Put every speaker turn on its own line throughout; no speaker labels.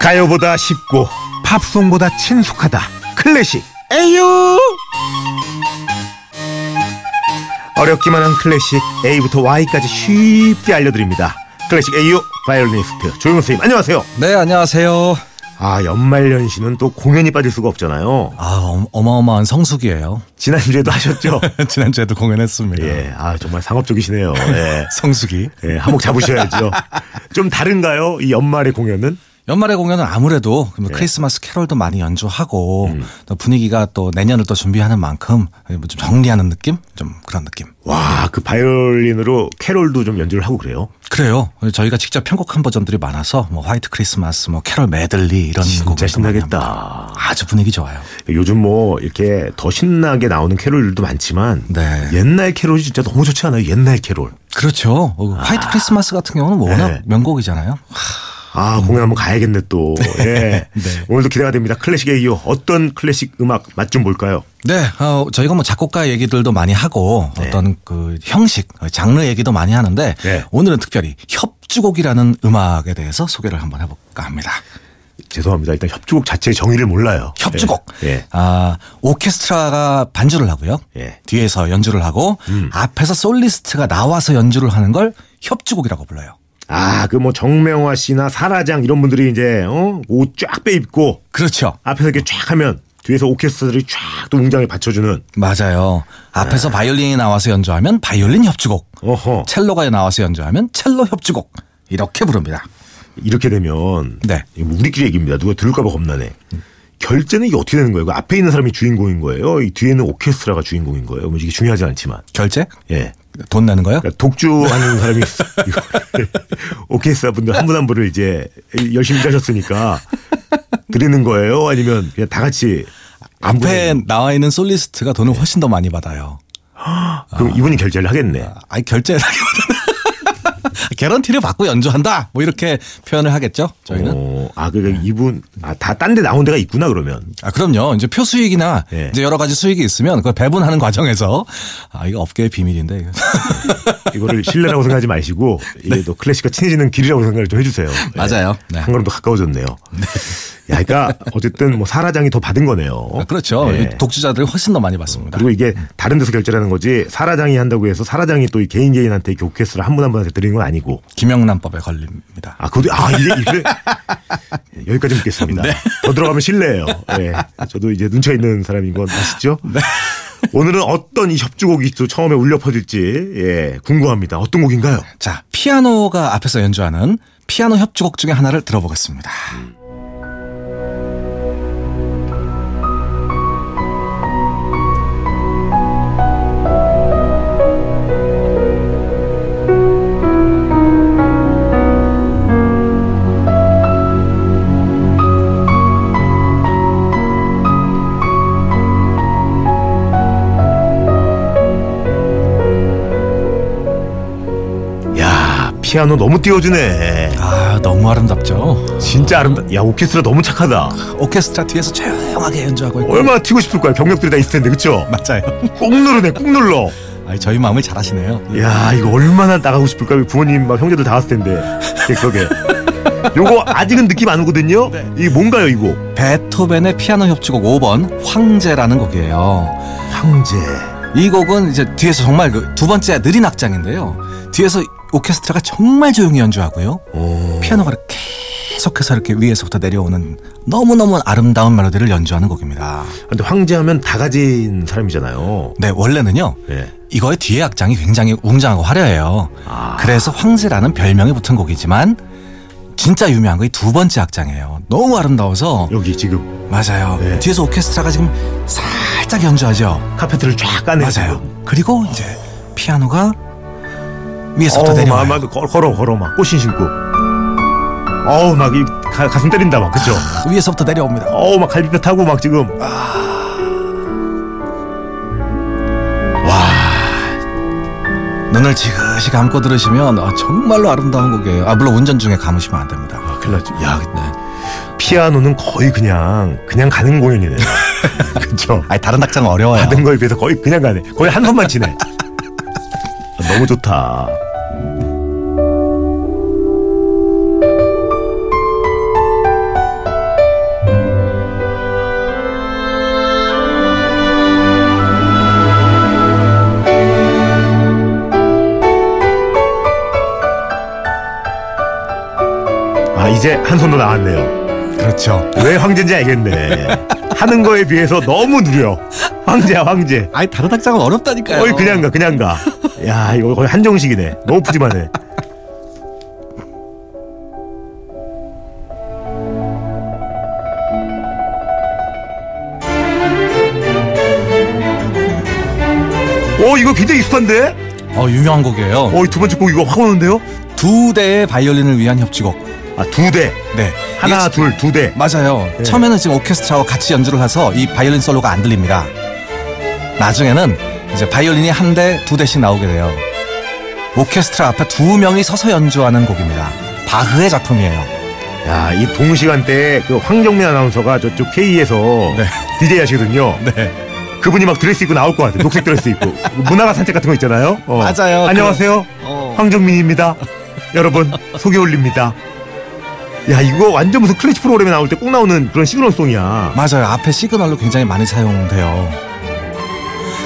가요보다 쉽고 팝송보다 친숙하다 클래식
에유
어렵기만 한 클래식 A부터 Y까지 쉽게 알려드립니다 클래식 AU 바이올리니스트 조용 선생님 안녕하세요
네 안녕하세요
아 연말연시는 또 공연이 빠질 수가 없잖아요
아 어- 어마어마한 성숙이에요
지난주에도 하셨죠?
지난주에도 공연했습니다
예, 아 정말 상업적이시네요 예.
성숙이
예, 한몫 잡으셔야죠 좀 다른가요? 이 연말의 공연은?
연말에 공연은 아무래도 뭐 크리스마스 캐럴도 많이 연주하고 또 분위기가 또 내년을 또 준비하는 만큼 뭐좀 정리하는 느낌 좀 그런 느낌
와 그 바이올린으로 캐롤도 좀 연주를 하고 그래요
그래요 저희가 직접 편곡한 버전들이 많아서 뭐 화이트 크리스마스 뭐 캐럴 메들리 이런
진짜
곡을 또 많이 합니다.
신나겠다
아주 분위기 좋아요
요즘 뭐 이렇게 더 신나게 나오는 캐롤들도 많지만
네.
옛날 캐롤이 진짜 너무 좋지 않아요? 옛날 캐롤.
그렇죠 어, 화이트 크리스마스 같은 경우는 워낙
네.
명곡이잖아요
아 공연 한번 가야겠네 또. 예. 오늘도 기대가 됩니다. 클래식에 이어 어떤 클래식 음악 맛 좀 볼까요?
네, 어, 저희가 뭐 작곡가 얘기들도 많이 하고 어떤 그 형식, 어, 장르 얘기도 많이 하는데
네.
오늘은 특별히 협주곡이라는 음악에 대해서 소개를 한번 해볼까 합니다.
죄송합니다. 일단 협주곡 자체의 정의를 몰라요.
협주곡.
예. 예.
아, 오케스트라가 반주를 하고요.
예.
뒤에서 연주를 하고 앞에서 솔리스트가 나와서 연주를 하는 걸 협주곡이라고 불러요.
아그 뭐 정명화 씨나 사라장 이런 분들이 이제 어옷 쫙 빼입고
그렇죠.
앞에서 이렇게 쫙 하면 뒤에서 오케스트라들이 쫙또 웅장히 받쳐주는.
맞아요. 앞에서 바이올린이 나와서 연주하면 바이올린 협주곡.
어허.
첼로가 나와서 연주하면 첼로 협주곡. 이렇게 부릅니다.
이렇게 되면
네. 음.
이거 뭐 우리끼리 얘기입니다. 누가 들을까봐 겁나네. 결제는 이게 어떻게 되는 거예요? 그 앞에 있는 사람이 주인공인 거예요. 이 뒤에는 오케스트라가 주인공인 거예요. 뭐 이게 중요하지 않지만
결제?
예.
돈 내는 거요?
그러니까 독주하는 사람이 있어. 이거를 오케스트라 분들 한 분 한 분을 이제 열심히 짜셨으니까 드리는 거예요? 아니면 그냥 다 같이 안
앞에
보내는-
나와 있는
네.
솔리스트가 돈을 훨씬 더 많이 받아요.
그럼 이분이 결제를 하겠네.
아. 아니 결제라기보다는 개런티를 받고 연주한다. 뭐 이렇게 표현을 하겠죠. 저희는.
어, 아, 그러니까
네.
이분, 아, 다 딴 데 나온 데가 있구나, 그러면.
아 그럼요. 이제 표 수익이나
예.
이제 여러 가지 수익이 있으면 그걸 배분하는 과정에서 아 이거 업계의 비밀인데 이거.
이거를 신뢰라고 생각하지 마시고, 이게 또 클래식과 친해지는 길이라고 생각을 좀 해주세요. 예.
맞아요. 네.
한 걸음 더 가까워졌네요. 야, 그러니까 어쨌든 뭐 사라장이 더 받은 거네요.
아, 그렇죠.
예. 음,
이 독주자들이 훨씬 더 많이 받습니다.
그리고 이게 다른 데서 결제하는 거지 사라장이 한다고 해서 사라장이 또이 개인 개인한테 이렇게 오케스트라 한 분 한 분한테 드리는 건 아니고
김영란법에 걸립니다.
아 그것도 아 이게 이게 여기까지 묻겠습니다.
네.
더 들어가면 실례예요. 예. 저도 이제 눈치가 있는 사람인 건 아시죠?
네.
오늘은 어떤 이 협주곡이 또 처음에 울려 퍼질지 예, 궁금합니다. 어떤 곡인가요?
자 피아노가 앞에서 연주하는 피아노 협주곡 중에 하나를 들어보겠습니다.
야 피아노 너무 띄워주네.
아 너무 아름답죠.
진짜 아름다. 야 오케스트라 너무 착하다.
오케스트라 뒤에서 조용하게 연주하고 있고
얼마나 튀고 싶을 거야. 경력들이 다 있을 텐데 그쵸?
맞아요.
꾹 누르네 꾹 눌러.
아니, 저희 마음을 잘 아시네요. 예.
야 이거 얼마나 나가고 싶을까 우리 부모님 막 형제들 다 왔을 텐데 객석에 요거 아직은 느낌 안 오거든요
네.
이게 뭔가요 이거
베토벤의 피아노 협주곡 5번 황제라는 곡이에요.
황제
이 곡은 이제 뒤에서 정말 그 두 번째 느린 악장인데요. 뒤에서 오케스트라가 정말 조용히 연주하고요.
오.
피아노가 이렇게 계속해서 이렇게 위에서부터 내려오는 너무너무 아름다운 멜로디를 연주하는 곡입니다.
아, 근데 황제 하면 다 가진 사람이잖아요
네, 원래는요.
예.
이거의 뒤에 악장이 굉장히 웅장하고 화려해요.
아.
그래서 황제라는 별명이 붙은 곡이지만 진짜 유명한 거 이 두 번째 악장이에요. 너무 아름다워서
여기 지금
맞아요.
네.
뒤에서 오케스트라가 지금 살짝 연주하죠.
카페트를 쫙
네.
까내
맞아요. 그리고 이제 피아노가 위에서부터
어우
내려와요.
막, 막 걸- 걸어 걸어 막 꽃신 신고 어우 막 이 가- 가슴 때린다 막 그쵸
위에서부터 내려옵니다.
어우 막 갈비뼈 타고 막 지금
눈을 지그시 감고 들으시면 아, 정말로 아름다운 곡이에요. 아, 물론 운전 중에 감으시면 안 됩니다.
아 큰일 났죠 야
네.
피아노는 거의 그냥 그냥 가는 공연이네 그쵸
아니 네. 다른 악장 어려워요.
받은 거에 비해서 거의 그냥 가네. 거의 한 손만 치네. 아, 너무 좋다. 아, 이제 한 손도 나왔네요.
그렇죠.
왜 황제인지 알겠네. 하는 거에 비해서 너무 느려. 황제야 황제.
아니 다른 학장은 어렵다니까요.
어이 그냥 가 그냥 가. 야 이거 거의 한정식이네. 너무 푸짐하네. 어 이거 굉장히 익숙한데?
어 유명한 곡이에요.
어 이 두 번째 곡 이거 확 오는데요?
두 대의 바이올린을 위한 협주곡.
아 두 대.
네.
하나
이게
둘 두 대.
맞아요.
네.
처음에는 지금 오케스트라와 같이 연주를 해서 이 바이올린 솔로가 안 들립니다. 나중에는 이제 바이올린이 한 대, 두 대씩 나오게 돼요. 오케스트라 앞에 두 명이 서서 연주하는 곡입니다. 바흐의 작품이에요.
야, 이 동시간대에 그 황정민 아나운서가 저쪽 K에서
네.
DJ 하시거든요.
네.
그분이 막 드레스 입고 나올 것 같아요. 녹색 드레스 입고. 문화가 산책 같은 거 있잖아요. 어.
맞아요. 그
안녕하세요.
어.
황정민입니다. 여러분, 소개 올립니다. 야, 이거 완전 무슨 클래식 프로그램에 나올 때 꼭 나오는 그런 시그널송이야.
맞아요. 앞에 시그널로 굉장히 많이 사용돼요.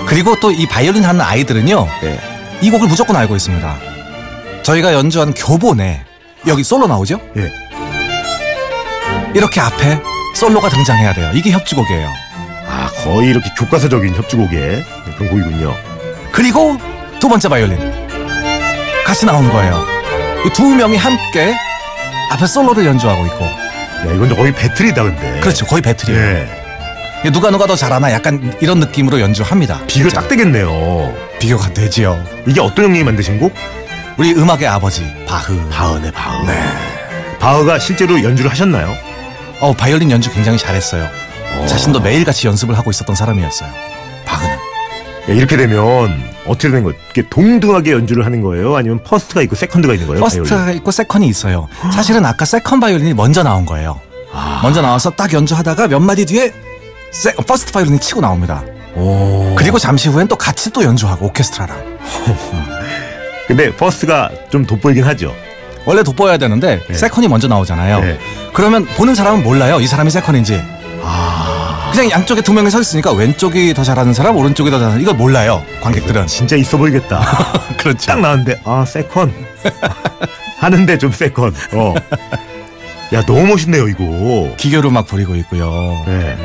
그리고 또 이 바이올린 하는 아이들은요.
네.
이 곡을 무조건 알고 있습니다. 저희가 연주한 교본에 여기 솔로 나오죠?
예.
이렇게 앞에 솔로가 등장해야 돼요. 이게 협주곡이에요.
아, 거의 이렇게 교과서적인 협주곡의 그런 곡이군요.
그리고 두 번째 바이올린 같이 나오는 거예요. 이 두 명이 함께 앞에 솔로를 연주하고 있고
야, 이건 거의 배틀이다, 근데.
그렇죠 거의 배틀이에요.
예.
이게 누가 누가 더 잘하나 약간 이런 느낌으로 연주합니다. 그렇죠.
비교 딱 되겠네요.
비교가 되지요.
이게 어떤 형님이 만드신 곡?
우리 음악의 아버지 그 바흐.
바흐네, 바흐. 바흐가 실제로 연주를 하셨나요?
어 바이올린 연주 굉장히 잘했어요.
어.
자신도 매일같이 연습을 하고 있었던 사람이었어요. 바흐는
야, 예, 이렇게 되면 어떻게 되는 거예요? 이게 동등하게 연주를 하는 거예요? 아니면 퍼스트가 있고 세컨드가 있는 거예요? 네, 바이올린?
퍼스트가 있고 세컨이 있어요. 사실은 아까 세컨 바이올린이 먼저 나온 거예요.
아.
먼저 나와서 딱 연주하다가 몇 마디 뒤에 세, 퍼스트 바이올린이 치고 나옵니다.
어. 오.
그리고 잠시 후엔 또 같이 또 연주하고 오케스트라랑
근데 퍼스트가 좀 돋보이긴 하죠.
원래 돋보여야 되는데
네.
세컨이 먼저 나오잖아요.
네.
그러면 보는 사람은 몰라요. 이 사람이 세컨인지
아.
그냥 양쪽에 두 명이 서 있으니까 왼쪽이 더 잘하는 사람, 오른쪽이 더 잘하는 사람 이걸 몰라요. 관객들은
진짜 있어 보이겠다.
그렇죠.
딱 나왔는데 아 세컨 하는데 좀 세컨. 어. 야 너무 멋있네요 이거.
기교를 막 부리고 있고요.
네.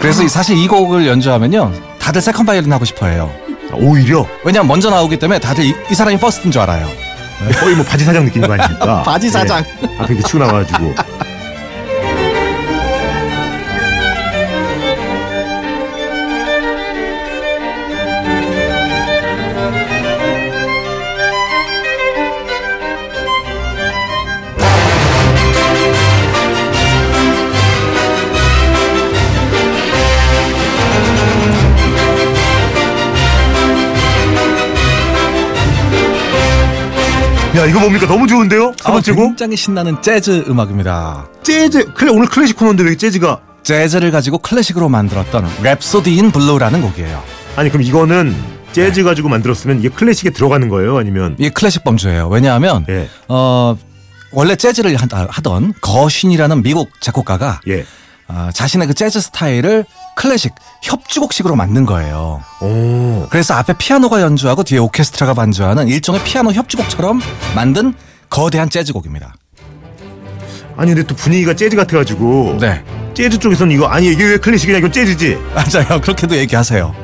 그래서 이- 사실 이 곡을 연주하면요, 다들 세컨 바이올린 하고 싶어해요.
오히려
왜냐면 먼저 나오기 때문에 다들 이, 이 사람이 퍼스트인 줄 알아요.
거의 뭐 바지 사장 느낌이 아닙니까?
바지 사장.
예. 앞에 이렇게 치고 나와가지고. 야 이거 뭡니까 너무 좋은데요? 아,
아,
번째고
굉장히 신나는 재즈 음악입니다.
재즈 그래 오늘 클래식 코너인데 왜 재즈가
재즈를 가지고 클래식으로 만들었던 랩소디인 블루라는 곡이에요.
아니 그럼 이거는 재즈 가지고 만들었으면 이게 클래식에 들어가는 거예요 아니면
이게 클래식 범주예요. 왜냐하면
예
어, 원래 재즈를 아, 하- 하던 거신이라는 미국 작곡가가
예.
어, 자신의 그 재즈 스타일을 클래식 협주곡식으로 만든 거예요.
오.
그래서 앞에 피아노가 연주하고 뒤에 오케스트라가 반주하는 일종의 피아노 협주곡처럼 만든 거대한 재즈곡입니다.
아니 근데 또 분위기가 재즈 같아가지고
네,
재즈 쪽에서는 이거 아니 이게 왜 클래식이냐 이건 재즈지.
맞아요. 그렇게도 얘기하세요.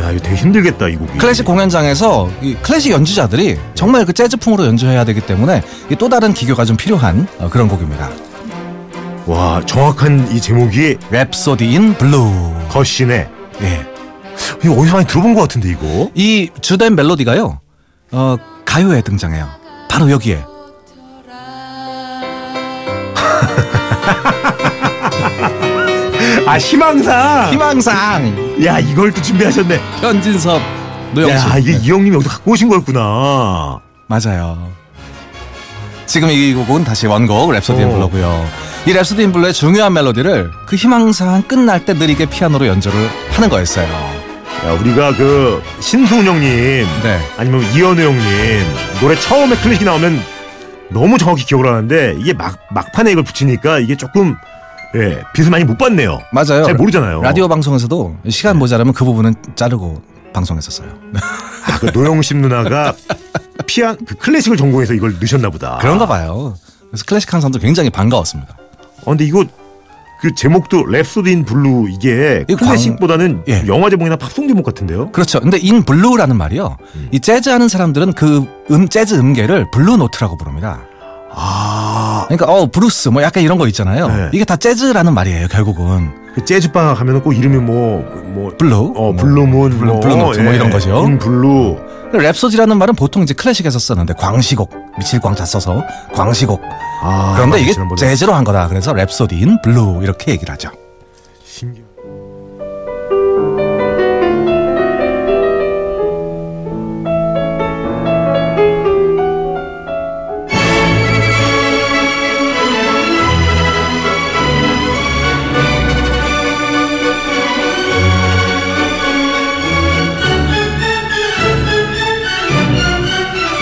야 이거 되게 힘들겠다 이 곡이.
클래식 공연장에서 이 클래식 연주자들이 정말 그 재즈풍으로 연주해야 되기 때문에 이또 다른 기교가 좀 필요한 어, 그런 곡입니다.
와 정확한 이 제목이
랩소디인 블루.
거신의
예.
이거 어디서 많이 들어본 것 같은데 이거.
이 주된 멜로디가요. 어, 가요에 등장해요. 바로 여기에.
아 희망사.
희망상
야 이걸 또 준비하셨네.
현진섭 노영수. 네,
야 이게 이 형님이 여기서 갖고 오신 거였구나.
맞아요. 지금 이 곡은 다시 원곡 랩소디 인
오.
블루고요. 이 랩소디 인 블루의 중요한 멜로디를 그 희망상 끝날 때 느리게 피아노로 연주를 하는 거였어요.
야 우리가 그 신승훈 형님
네.
아니면 이현우 형님 노래 처음에 클래식이 나오면 너무 정확히 기억을 하는데 이게 막 막판에 이걸 붙이니까 이게 조금 예 빛을 많이 못 봤네요.
맞아요.
잘 모르잖아요.
라디오 방송에서도 시간 모자라면 그 부분은 자르고 방송했었어요.
아, 그 노영심 누나가 피아 그 클래식을 전공해서 이걸 넣으셨나 보다.
그런가 봐요. 그래서 클래식 항상도 굉장히 반가웠습니다.
어, 근데 이거 그 제목도 랩소디인 블루 이게
이거 광-
클래식보다는
예.
영화 제목이나 팝송 제목 같은데요?
그렇죠. 근데 인 블루라는 말이요.
음.
이 재즈 하는 사람들은 그 음, 재즈 음계를 블루 노트라고 부릅니다.
아,
그러니까 어 브루스 뭐 약간 이런 거 있잖아요.
네.
이게 다 재즈라는 말이에요. 결국은
그 재즈 방학 하면은 꼭 이름이 뭐뭐
블루.
어,
뭐
블루문,
블루,
뭐, 음.
블루노트 뭐 이런 거죠.
인 블루.
랩소디라는 말은 보통 이제 클래식에서 썼는데 광시곡 미칠 광자 써서 광시곡.
아,
그런데 이게
지난번에
재즈로 한 거다. 그래서 랩소디인 블루 이렇게 얘기를 하죠.
신기하-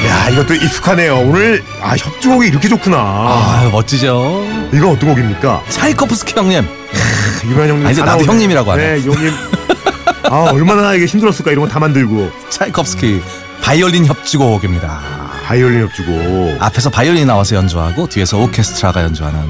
야, 이것도 익숙하네요. 오늘 아 협주곡이 이렇게 좋구나.
아 멋지죠.
이건 어떤 곡입니까?
차이코프스키 형님.
유명한 그 형님.
아, 이제
다
나도
나오네.
형님이라고 하네.
네, 형님. 아, 얼마나 이게 힘들었을까 이런 거 다 만들고 음.
차이코프스키 바이올린 협주곡입니다.
아, 바이올린 협주고.
앞에서 바이올린 나와서 연주하고 뒤에서 오케스트라가 연주하는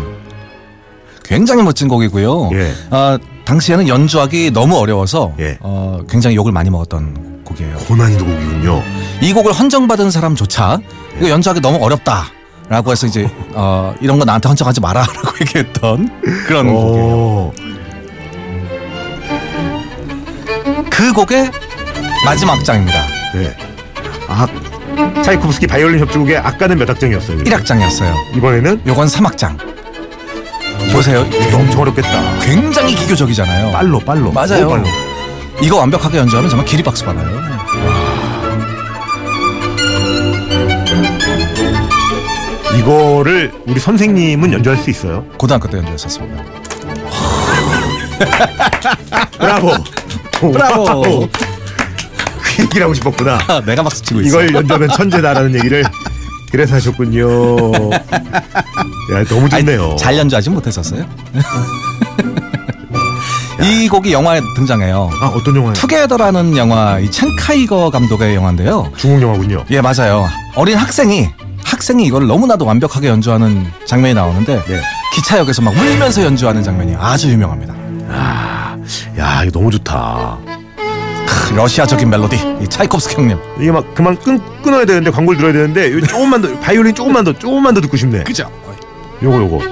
굉장히 멋진 곡이고요.
예.
아, 당시에는 연주하기 너무 어려워서
예.
어, 굉장히 욕을 많이 먹었던 곡이에요.
고난이도 곡이군요.
이 곡을 헌정받은 사람조차 이거 연주하기 너무 어렵다. 라고 해서 이제 어, 이런 거 나한테 헌정하지 마라라고 얘기했던 그런 곡이에요.
어.
그 곡의 마지막 장입니다.
네. 아, 차이코프스키 바이올린 협주곡의 아까는 몇 악장이었어요?
1악장이었어요.
이번에는
요건 3악장. 보세요.
이거 엄청 어렵겠다.
굉장히 기교적이잖아요.
빨로 빨로.
음. 맞아요.
오, 빨로.
이거 완벽하게 연주하면 정말 기립박수 받아요.
이거를 우리 선생님은 연주할 수 있어요?
고등학교 때 연주했었습니다.
브라보.
아, 브라보.
그 얘기를 하고 싶었구나.
아, 내가 박수 치고 있어.
이걸 연주하면 천재다라는 얘기를 그래서 하셨군요. 야, 너무
아니,
좋네요. 음.
잘 연주하지 못했었어요. 이 곡이 영화에 등장해요.
아, 어떤 영화예요?
투게더라는 영화 이 첸카이거 감독의 영화인데요.
중국 영화군요.
예 맞아요. 어린 학생이 학생이 이걸 너무나도 완벽하게 연주하는 장면이 나오는데
네.
기차역에서 막 울면서 연주하는 장면이 아주 유명합니다.
야, 이거 너무 좋다.
크, 러시아적인 멜로디 이 차이콥스키 형님.
이게 막 그만 끊, 끊어야 되는데 광고를 들어야 되는데 이거 조금만 더 바이올린 조금만 더 조금만 더 듣고 싶네.
그죠?
요거 어, 요거.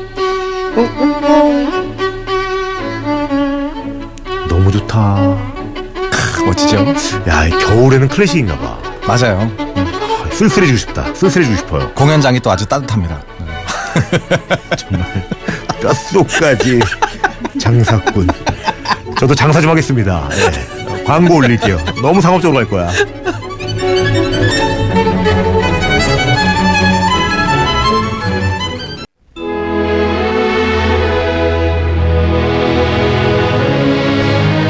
너무 좋다.
크, 멋지죠?
야, 이 겨울에는 클래식인가 봐.
맞아요.
아, 쓸쓸해지고 싶다. 쓸쓸해지고 싶어요.
공연장이 또 아주 따뜻합니다. 네.
뼛속까지 장사꾼. 저도 장사 좀 하겠습니다. 예. 광고 올릴게요. 너무 상업적으로 갈 거야.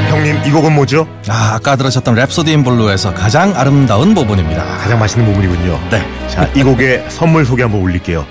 형님, 이 곡은 뭐죠?
아, 아까 들으셨던 랩소디인 블루에서 가장 아름다운 부분입니다.
가장 맛있는 부분이군요.
네.
자, 이 곡의 선물 소개 한번 올릴게요.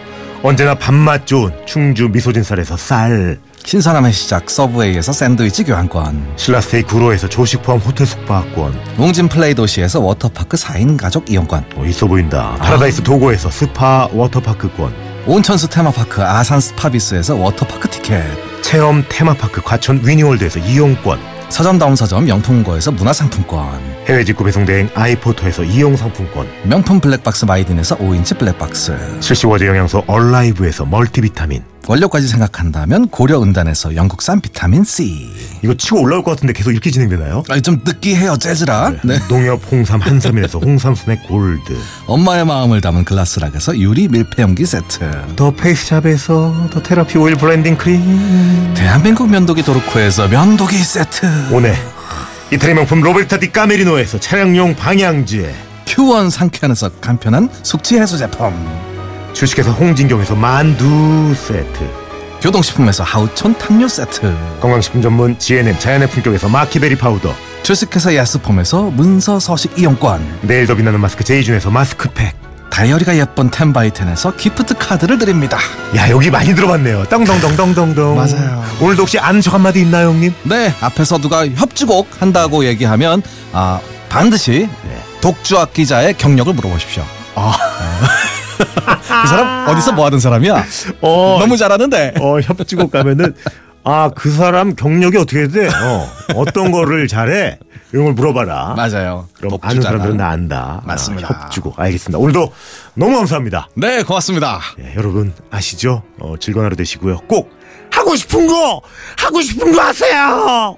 언제나 밥맛 좋은 충주 미소진 쌀에서 쌀,
신선함의 시작 서브웨이에서 샌드위치 교환권
신라스테이 구로에서 조식 포함 호텔 숙박권,
웅진 플레이 도시에서 워터파크 4인 가족 이용권
어, 있어 보인다. 파라다이스 도고에서 스파 워터파크권,
온천수 테마파크 아산 스파비스에서 워터파크 티켓
체험 테마파크 과천 위니월드에서 이용권,
서점다운 서점 명품고에서 문화상품권
해외 직구 배송 대행 아이포터에서 이용 상품권,
명품 블랙박스 마이딘에서 5인치 블랙박스
실시워제 영양소 얼라이브에서 멀티비타민.
원료까지 생각한다면 고려은단에서 영국산 비타민C
이거 치고 올라올 것 같은데 계속 이렇게 진행되나요?
아, 좀 느끼해요 재즈라 네.
농협 홍삼 한삼인에서 홍삼 스낵 골드,
엄마의 마음을 담은 글라스락에서 유리 밀폐용기 세트
더 페이스샵에서 더 테라피 오일 블렌딩 크림.
대한민국 면도기 도르코에서 면도기 세트
오늘 이태리 명품 로베르타 디 까메리노에서 차량용 방향제
큐원 상쾌한에서 간편한 숙취 해소 제품
주식회사 홍진경에서 만두 세트
교동식품에서 하우촌 탕류 세트
건강식품 전문 GNM 자연의 품격에서 마키베리 파우더
주식회사 야스폼에서 문서 서식 이용권
내일 더 빛나는 마스크 제이준에서 마스크팩
다이어리가 예쁜 텐바이텐에서 기프트 카드를 드립니다
야 여기 많이 들어봤네요 떵떵떵떵떵
맞아요.
오늘도 혹시 아는 척 한마디 있나요 형님?
네 앞에서 누가 협주곡 한다고 얘기하면 네, 아 반드시 독주악 기자의 경력을 물어보십시오
아.
그 사람 어디서 뭐 하는 사람이야?
어,
너무 잘하는데.
어, 협주곡 가면은 아 그 사람 경력이 어떻게 돼? 어, 떤 거를 잘해? 이런 걸 물어봐라.
맞아요.
그럼
독주잖아.
아는 사람들은 나 안다.
맞습니다.
아, 협주곡 알겠습니다. 오늘도 너무 감사합니다.
네, 고맙습니다.
예, 여러분 아시죠? 어, 즐거운 하루 되시고요. 꼭 하고 싶은 거 하고 싶은 거 하세요.